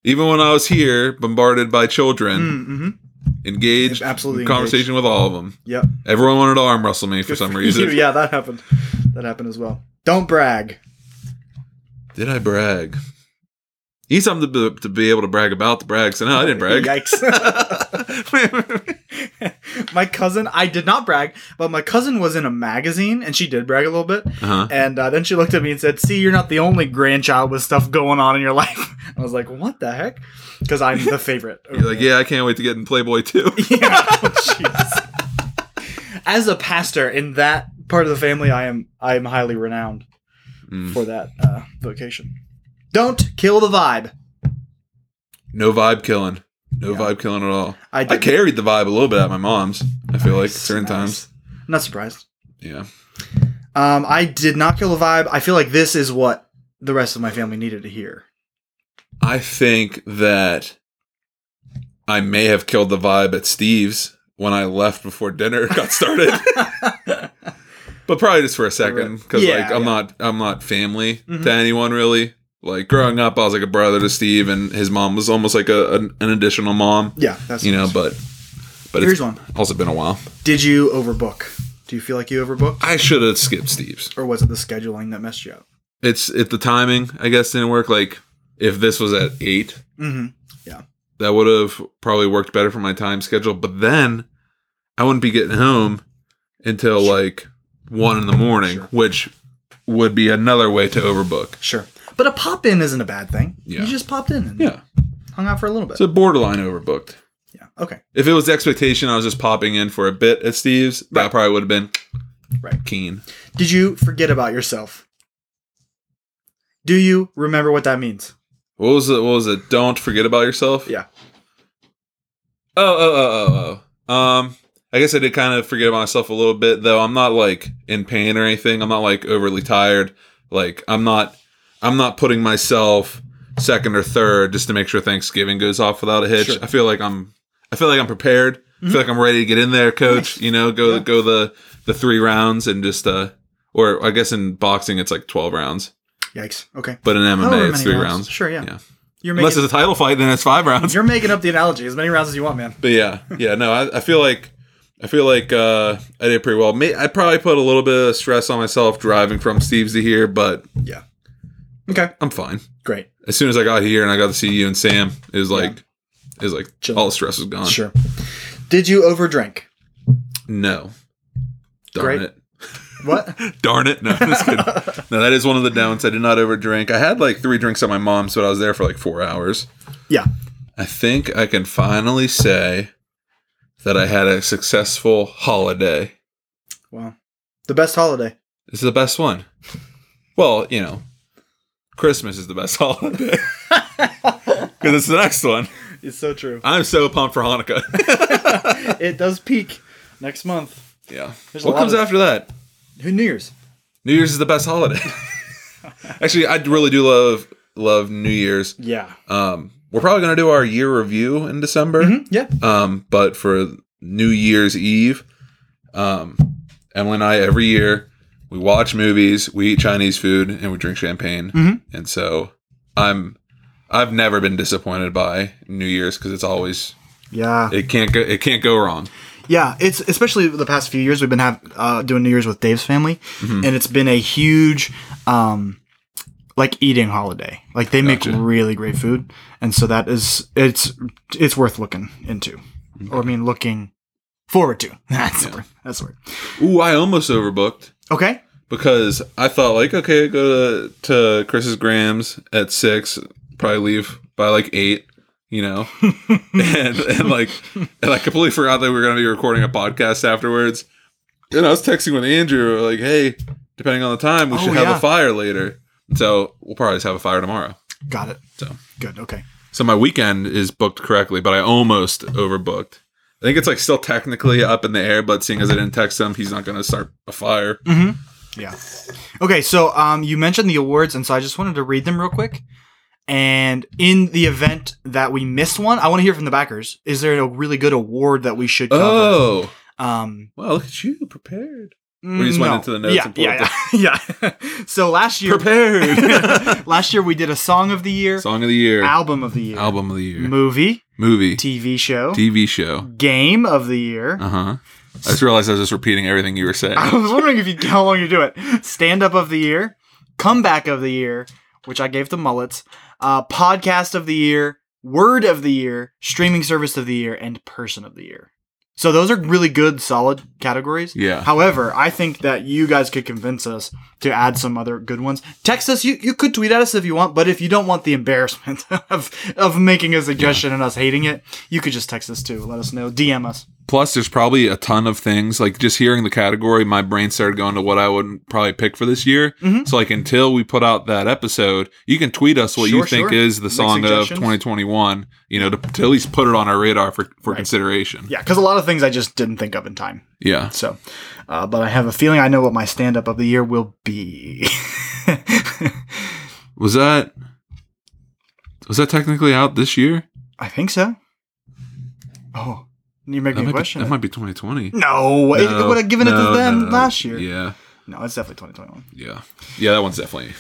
Even when I was here, bombarded by children,
Mm-hmm.
engaged,
Absolutely
in conversation with all of them.
Yep.
Everyone wanted to arm wrestle me for some reason.
yeah, that happened. That happened as well. Don't brag.
Did I brag? You need something to be, to be able to brag about the brag. So no, I didn't brag.
Yikes. my cousin, I did not brag, but my cousin was in a magazine and she did brag a little bit.
Uh-huh.
And uh, then she looked at me and said, See, you're not the only grandchild with stuff going on in your life. I was like, What the heck? Because I'm the favorite.
You're like, yeah, I can't wait to get in Playboy too.
Yeah. Oh, jeez. As a pastor in that part of the family, I am I am highly renowned
Mm.
for that uh, vocation. Don't kill the vibe.
No vibe killing. No vibe killing at all.
I
I
did.
carried the vibe a little bit at my mom's. I feel like certain times.
I'm not surprised.
Yeah.
Um, I did not kill the vibe. I feel like this is what the rest of my family needed to hear.
I think that I may have killed the vibe at Steve's when I left before dinner got started. but probably just for a second because
Yeah,
like I'm
yeah.
not I'm not family
Mhm.
to anyone really. Like growing up, I was like a brother to Steve, and his mom was almost like a an, an additional mom,
Yeah, that's
you know. But but
Here's
it's
one.
also been a while.
Did you overbook? Do you feel like you overbooked,
I should have skipped Steve's.
or was it the scheduling that messed you up?
It's it the timing I guess didn't work. Like if this was at eight,
Mm-hmm.
that would have probably worked better for my time schedule. But then I wouldn't be getting home until like one in the morning, which would be another way to overbook.
Sure, but a pop in isn't a bad thing.
Yeah.
You just popped in and
Yeah.
hung out for a little bit.
So borderline overbooked.
yeah. Okay.
If it was the expectation I was just popping in for a bit at Steve's, that probably would have been
Right.
keen.
Did you forget about yourself? Do you remember what that means?
What was it? What was it? Don't forget about yourself.
Yeah.
Oh, oh, oh, oh, oh. Um, I guess I did kind of forget about myself a little bit, though. I'm not like in pain or anything. I'm not like overly tired. Like I'm not, I'm not putting myself second or third just to make sure Thanksgiving goes off without a hitch.
Sure. Mm-hmm.
I feel like I'm, I feel like I'm prepared. I feel like I'm ready to get in there, coach. You know, go go the the three rounds and just uh, or I guess in boxing it's like twelve rounds,
Yikes. Okay.
but in MMA
However
it's
many
three rounds.
rounds. Sure, yeah.
Yeah.
You're
Unless
making,
it's a title fight, then it's five rounds.
you're making up the analogy as many rounds as you want, man.
But yeah, yeah, no, I, I feel like I feel like uh, I did pretty well. May, I probably put a little bit of stress on myself driving from Steve's to here, but
Yeah. Okay.
I'm fine.
Great.
As soon as I got here and I got to see you and Sam, it was like it was like
Chill.
all the stress was gone.
Sure. Did you overdrink?
No. Darn
Great.
it.
What?
Darn it. No, I'm just kidding. no, that is one of the downs. I did not overdrink. I had like three drinks at my mom's, but I was there for like four hours.
yeah.
I think I can finally say that I had a successful holiday.
Wow. The best holiday.
This is the best one. Well, you know, Christmas is the best holiday because it's the next one.
It's so true.
I'm so pumped for Hanukkah.
it does peak next month.
yeah.
There's a
what
lot
comes
of-
after that?
Who New Year's?
New Year's is the best holiday. Actually, I really do love love New Year's.
Yeah.
Um, we're probably gonna do our year review in December.
Yeah.
Um, but for New Year's Eve, um, Emily and I every year we watch movies, we eat Chinese food, and we drink champagne. And so I'm I've never been disappointed by New Year's because it's always
Yeah.
it can't go it can't go wrong.
Yeah, it's especially the past few years we've been have, uh, doing New Year's with Dave's family,
Mm-hmm.
and it's been a huge, um, like eating holiday. Like they make
Gotcha.
really great food, and so that is it's it's worth looking into,
Mm-hmm.
or I mean looking forward to. That's the word. That's the word.
Ooh, I almost overbooked
Okay.
because I thought like okay, go to, to Chris's Grams at six, probably leave by like eight. You know, and, and like, and I completely forgot that we were going to be recording a podcast afterwards. And I was texting with Andrew, like, "Hey, depending on the time, we
Oh,
should have
yeah.
a fire later." And so we'll probably just have a fire tomorrow.
Got it.
So.
good. Okay.
So my weekend is booked correctly, but I almost overbooked. I think it's like still technically up in the air, but seeing as I didn't text him, he's not going to start a fire.
Yeah. Okay. So um, you mentioned the awards, and so I just wanted to read them real quick, And in the event that we miss one, I want to hear from the backers. Is there a really good award that we should cover?
Oh,
Um,
well, look at you prepared.
we
just went into the notes
yeah,
and pulled
yeah, yeah, yeah. so last year,
Prepared.
last year we did a song of the year,
Song of the year,
album of the year,
Album of the year,
movie,
movie,
TV show,
TV show.
game of the year.
Uh huh. I just realized I was just repeating everything you were saying.
I was wondering if you how long you do it. Stand up of the year, comeback of the year, which I gave to mullets, uh, podcast of the year, word of the year, streaming service of the year, and person of the year. So those are really good, solid categories.
Yeah.
However, I think that you guys could convince us to add some other good ones. Text us. You you could tweet at us if you want, but if you don't want the embarrassment of of making a suggestion and us hating it, you could just text us too. Let us know. DM us.
Plus, there's probably a ton of things. Like just hearing the category, my brain started going to what I would probably pick for this year.
Mm-hmm.
So, like until we put out that episode, you can tweet us what you
Sure,
think
sure.
is the
Make
song of
suggestions.
2021. You know, to, to at least put it on our radar for for consideration.
Yeah, because a lot of things I just didn't think of in time.
Yeah.
So, uh, but I have a feeling I know what my stand up of the year will be.
Was that was that technically out this year?
I think so. Oh, you make
That
me
might,
question.
be,
it.
that might be 2020.
no, it,
No,
would have given it
no,
to them
no,
last year.
Yeah,
No, it's definitely 2021.
yeah.
Yeah, that one's definitely.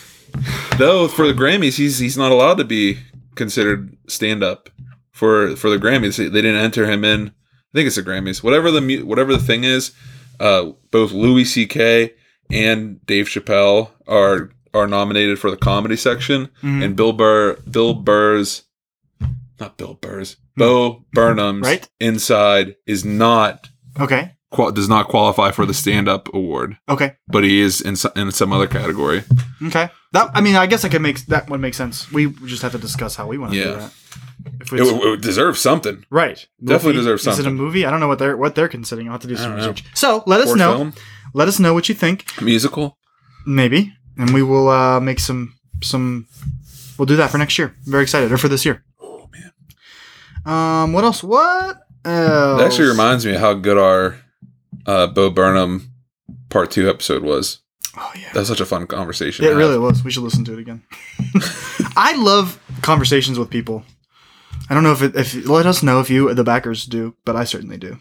Though for the Grammys, he's he's not allowed to be considered stand up for for the Grammys. They they didn't enter him in. I think it's the Grammys. Whatever the mu- whatever the thing is, uh, both Louis C.K. and Dave Chappelle are are nominated for the comedy section,
Mm-hmm.
and Bill Burr Bill Burr's not Bill Burr's Bo
Mm-hmm.
Burnham's
Right.
Inside is not
Okay.
Qual- does not qualify for the stand up award,
Okay.
but he is in so- in some other category.
Okay. That I mean, I guess I could make that would make sense. We just have to discuss how we want to do
Yeah.
that. If
it,
it's,
it deserves something.
right.
definitely
Movie?
deserves
Is it a
something.
movie? I don't know what they're what they're considering. I'll have to do some
don't know.
research. So let us
Or
know.
film,
Let us know what you think.
musical.
Maybe, and we will uh, make some some. We'll do that for next year. I'm very excited, or for this year. Oh man. Um. What else? What? Else?
That actually reminds me of how good our uh, Bo Burnham part two episode was.
Oh yeah.
That was such a fun conversation.
It
to have.
really was. We should listen to it again. I love conversations with people. I don't know if it, if let us know if you the backers do, but I certainly do.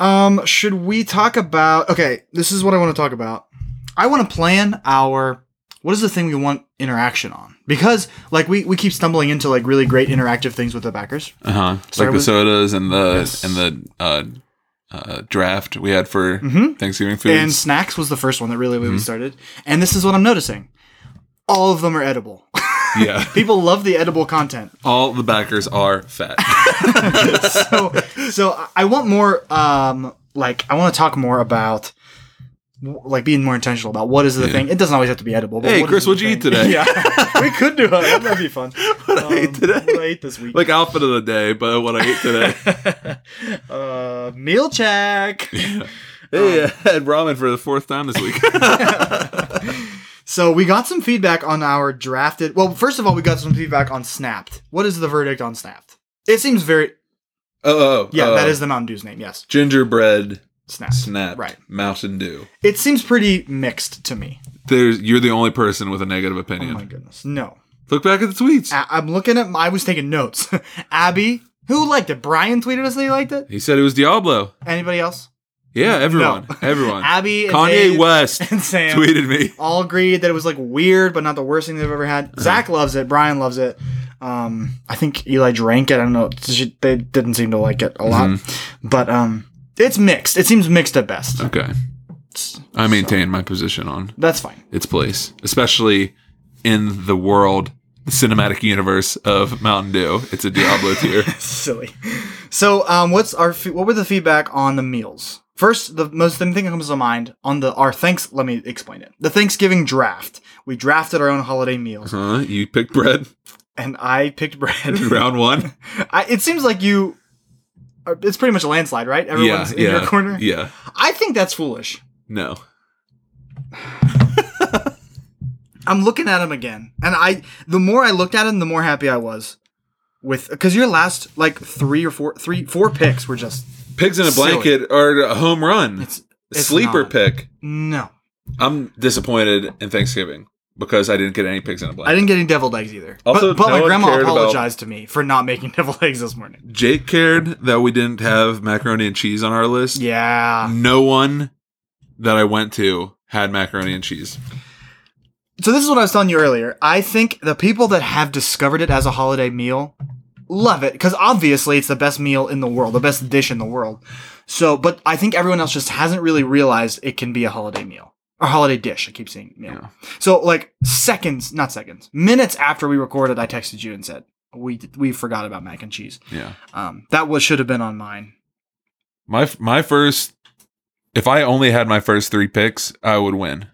Um, should we talk about? Okay, this is what I want to talk about. I want to plan our what is the thing we want interaction on because like we we keep stumbling into like really great interactive things with the backers.
Uh huh.
Sorry,
Like the
was-
sodas and the
Yes.
and the uh, uh, draft we had for
Mhm.
Thanksgiving
And
foods.
snacks was the first one that really really started. And this is what I'm noticing: all of them are edible.
yeah,
People love the edible content.
all the backers are fat.
so so I- I want more um like I want to talk more about w- like being more intentional about what is the thing. It doesn't always have to be edible. But
Hey,
what is
Chris,
the
what'd you eat
thing?
today?
yeah, we could do that. That'd be fun. Um, what I ate today? What I ate this week?
like outfit of the day, but what I ate today.
uh, meal check.
hey, I had Um, ramen for the fourth time this week.
so we got some feedback on our drafted. Well, first of all, we got some feedback on Snapped. What is the verdict on Snapped? It seems very
Oh, oh,
yeah.
oh.
Uh,
that is the Mountain Dew's name. Yes,
gingerbread
Snapped.
snap.
Right.
Mountain Dew.
It seems pretty mixed to me.
There's you're the only person with a negative
Oh
opinion.
my goodness, no.
Look back at the tweets.
A- I'm looking at. I was taking notes. Abby, who liked it? Brian tweeted us that he liked it.
he said it was Diablo.
Anybody else?
Yeah, everyone, everyone.
Abby, and
Kanye
Dave
West
and Sam
tweeted me.
all agreed that it was like weird, but not the worst thing they've ever had. Zach loves it. Brian loves it. Um, I think Eli drank it. I don't know. She- They didn't seem to like it a lot,
Mm-hmm.
but um, it's mixed. It seems mixed at best.
Okay, I maintain my position on
That's fine.
its place, especially in the world the cinematic universe of Mountain Dew. It's a Diablo tier.
Silly. So, um, what's our fe- what were the feedback on the meals? First, the most the thing that comes to mind on the our thanks. Let me explain it. The Thanksgiving draft. We drafted our own holiday meals,
Huh? You picked bread
and I picked bread.
round one.
I, it seems like you. are- It's pretty much a landslide, right? Everyone's in
yeah,
your corner.
yeah.
I think that's foolish.
No,
I'm looking at him again, and I the more I looked at him, the more happy I was with because your last like three or four three four picks were just
Pigs in a
Silly.
blanket are a home run.
it's
Sleeper
not.
pick.
no.
I'm disappointed in Thanksgiving. because I didn't get any pigs in a
I
blanket.
didn't get any deviled eggs either.
Also,
but, but
no
my
one
grandma
cared about-
apologized to me for not making deviled eggs this morning.
Jake cared that we didn't have macaroni and cheese on our list.
Yeah.
No one that I went to had macaroni and cheese.
So this is what I was telling you earlier. I think the people that have discovered it as a holiday meal love it because obviously it's the best meal in the world, the best dish in the world. So, but I think everyone else just hasn't really realized it can be a holiday meal or holiday dish. I keep seeing meal. So like seconds, not seconds, minutes after we recorded, I texted you and said we we forgot about mac and cheese.
Yeah.
Um, that was should have been on mine.
My my first if I only had my first 3 picks, I would win.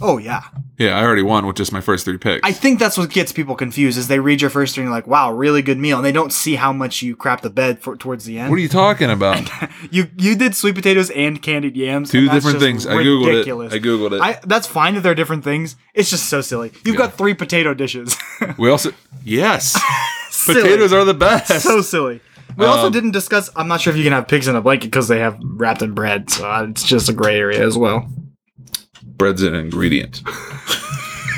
Oh yeah.
Yeah, I already won with just my first 3 picks.
I think that's what gets people confused is they read your first string like, "Wow, really good meal," and they don't see how much you crap the bed for, towards the end.
what are you talking about?
you you did sweet potatoes and candied yams.
Two
and that's
different
just
things. I googled
ridiculous.
it. I googled it.
I, that's fine that they're different things. It's just so silly. You've got three potato dishes.
we also Yes.
Silly.
potatoes are Um, the best.
so silly. We also didn't discuss. I'm not sure if you can have pigs in a blanket because they have wrapped in bread, so uh, it's just a gray area as well.
Bread's an ingredient.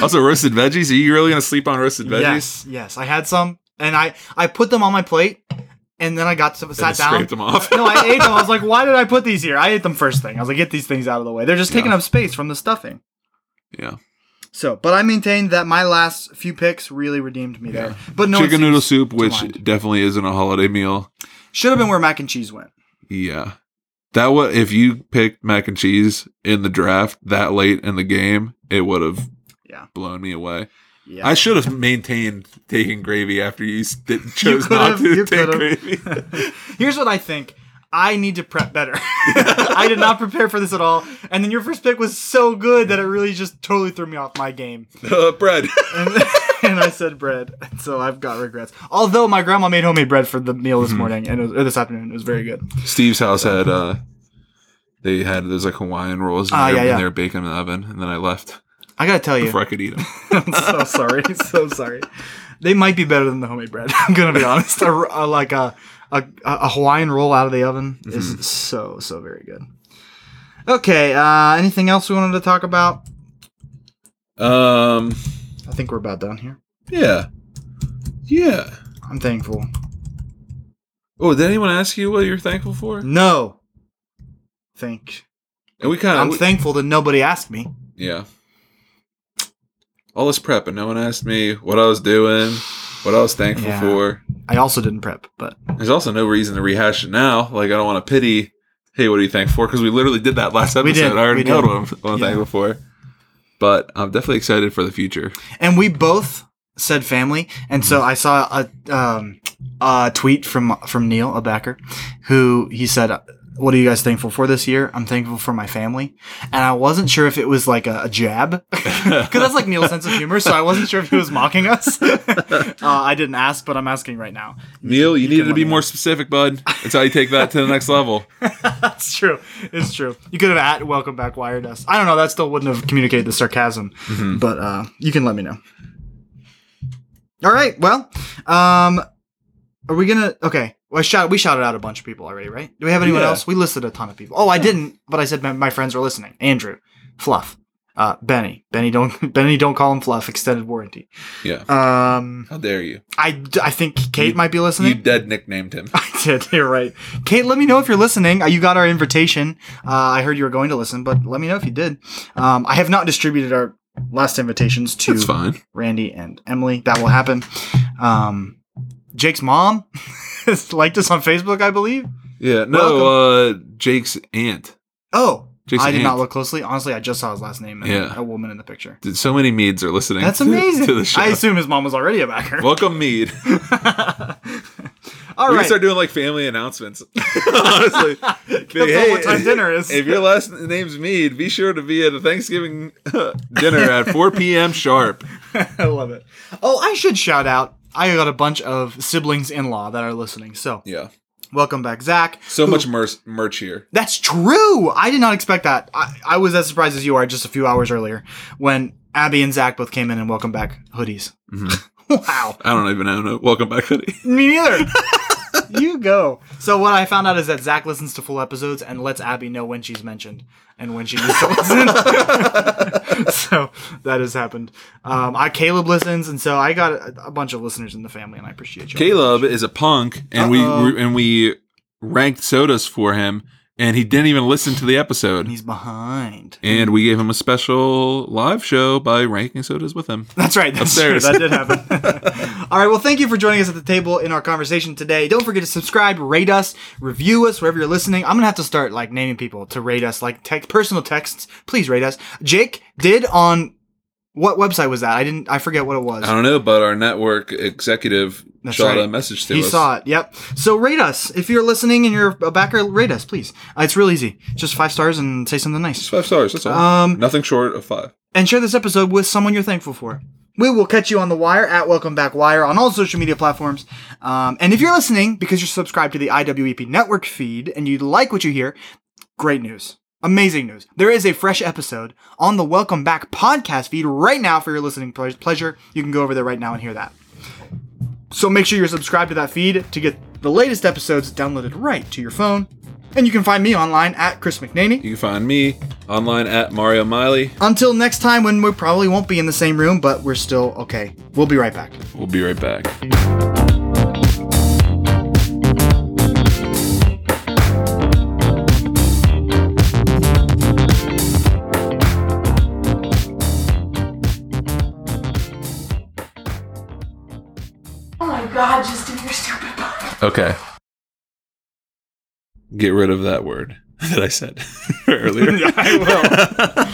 also roasted veggies. Are you really going to sleep on roasted veggies?
Yes, yes, I had some, and I I put them on my plate, and then I got some, sat
just
down,
scraped them off.
no, I ate them. I was like, why did I put these here? I ate them first thing. I was like, get these things out of the way. They're just taking up space from the stuffing.
Yeah.
So, but I maintained that my last few picks really redeemed me there. But no,
Chicken noodle soup,
to
which
mind.
definitely isn't a holiday meal.
should have been where mac and cheese went.
Yeah. That would if you picked mac and cheese in the draft that late in the game, it would have
Yeah.
blown me away.
Yeah.
I should have maintained taking gravy after you s- did,
You
chose not
could've- you
to take
could've.
gravy.
Here's what I think. I need to prep better. I did not prepare for this at all. And then your first pick was so good that it really just totally threw me off my game.
uh, bread.
And, and I said bread. So I've got regrets. Although my grandma made homemade bread for the meal this morning and it was, or this afternoon. It was very good.
Steve's house had uh they had those like Hawaiian rolls and,
Ah,
they,
yeah,
and
yeah.
they were baking in the oven and then I left
I got to tell you.
before I could eat them.
I'm so sorry. So sorry. They might be better than the homemade bread. I'm gonna be honest. A, a- like a, a a Hawaiian roll out of the oven is so so very good. Okay. Uh, anything else we wanted to talk about?
Um
I think we're about done here.
yeah. Yeah.
I'm thankful.
Oh, did anyone ask you what you're thankful for?
No. Thank.
And we kind
I'm
of
thankful that nobody asked me.
Yeah. All this prep, and no one asked me what I was doing, what I was thankful
Yeah.
for.
I also didn't prep, but
There's also no reason to rehash it now. Like, I don't want to pity, hey, what are you thankful for? Because we literally did that last episode.
We did,
I already
we
know
did.
what I'm, what I'm
Yeah.
thankful for. But I'm definitely excited for the future.
and we both said family and so i saw a, um, a tweet from from neil a backer who he said what are you guys thankful for this year i'm thankful for my family and i wasn't sure if it was like a, a jab because that's like neil's sense of humor so i wasn't sure if he was mocking us uh, i didn't ask but i'm asking right now
Neil, you, needed
let
to be
me
more specific, bud. That's how you take that to the next level.
that's true it's true you could have at welcome back wired us i don't know that still wouldn't have communicated the sarcasm
Mm-hmm.
but uh, you can let me know All right. Well, um, are we gonna? Okay. Well, I shout. We shouted out a bunch of people already, right? Do we have anyone
Yeah.
else? We listed a ton of people. Oh, I didn't, but I said my, my friends were listening. Andrew, Fluff, uh, Benny, Benny, don't Benny, don't call him Fluff. Extended warranty.
Yeah.
Um,
How dare you?
I I think Kate
You-
might be
You
listening.
dead nicknamed him.
I did. You're right. Kate, let me know if you're listening. Uh, You got our invitation. Uh, I heard you were going to listen, but let me know if you did. Um, I have not distributed our last invitations to
It's fine.
Randy and Emily. That will happen. Um, Jake's mom has liked us on Facebook, I believe.
Yeah. No, uh, Jake's aunt.
Oh,
Jake's
I did
aunt.
not look closely. Honestly, I just saw his last name and
Yeah.
a woman in the picture.
Dude, so many meads are listening
That's
to-
amazing.
to the show.
I assume his mom was already a backer.
Welcome, Mead.
All
we
right.
can start doing like family announcements. Honestly, Be like,
Depends on what time dinner is.
If your last name's Mead, be sure to be at a Thanksgiving dinner at 4 p.m. sharp.
I love it. Oh, I should shout out. I got a bunch of siblings in law that are listening. So,
Yeah,
welcome back, Zach.
so
who-
much mer- merch here.
That's true. I did not expect that. I, I was as surprised as you are just a few hours earlier when Abby and Zach both came in and welcome back hoodies. wow.
I don't even know. Welcome back, hoodie.
Me neither. you go. So what I found out is that Zach listens to full episodes and lets Abby know when she's mentioned and when she needs to listen. so that has happened. Um, I Caleb listens, and so I got a, a bunch of listeners in the family, and I appreciate you.
Caleb is a punk, and we and we ranked sodas for him, and he didn't even listen to the episode.
He's behind.
And we gave him a special live show by ranking sodas with him.
That's right. That's true.
Upstairs.
That did happen. All right. Well, thank you for joining us at the table in our conversation today. Don't forget to subscribe, rate us, review us wherever you're listening. I'm gonna have to start like naming people to rate us, like tech personal texts. Please rate us. Jake did on what website was that? I didn't. I forget what it was.
I don't know, but our network executive
That's
shot
right.
a message to
he
us.
saw it. Yep. So rate us if you're listening and you're a backer. Rate us, please. Uh, it's real easy. Just five stars and say something nice.
Five stars. That's all.
Um,
Nothing short of five.
and share this episode with someone you're thankful for. We will catch you on the wire at Welcome Back Wire on all social media platforms. Um, and if you're listening because you're subscribed to the IWEP network feed and you like what you hear, great news. Amazing news. There is a fresh episode on the Welcome Back podcast feed right now for your listening ple- pleasure. You can go over there right now and hear that. So make sure you're subscribed to that feed to get the latest episodes downloaded right to your phone. And you can find me online at Chris McNaney.
You can find me online at Mario Miley.
Until next time, when we probably won't be in the same room, but we're still okay. We'll be right back.
We'll be right back.
Oh my god, just do your stupid podcast.
Okay.
Get rid of that word that I said earlier.
I will.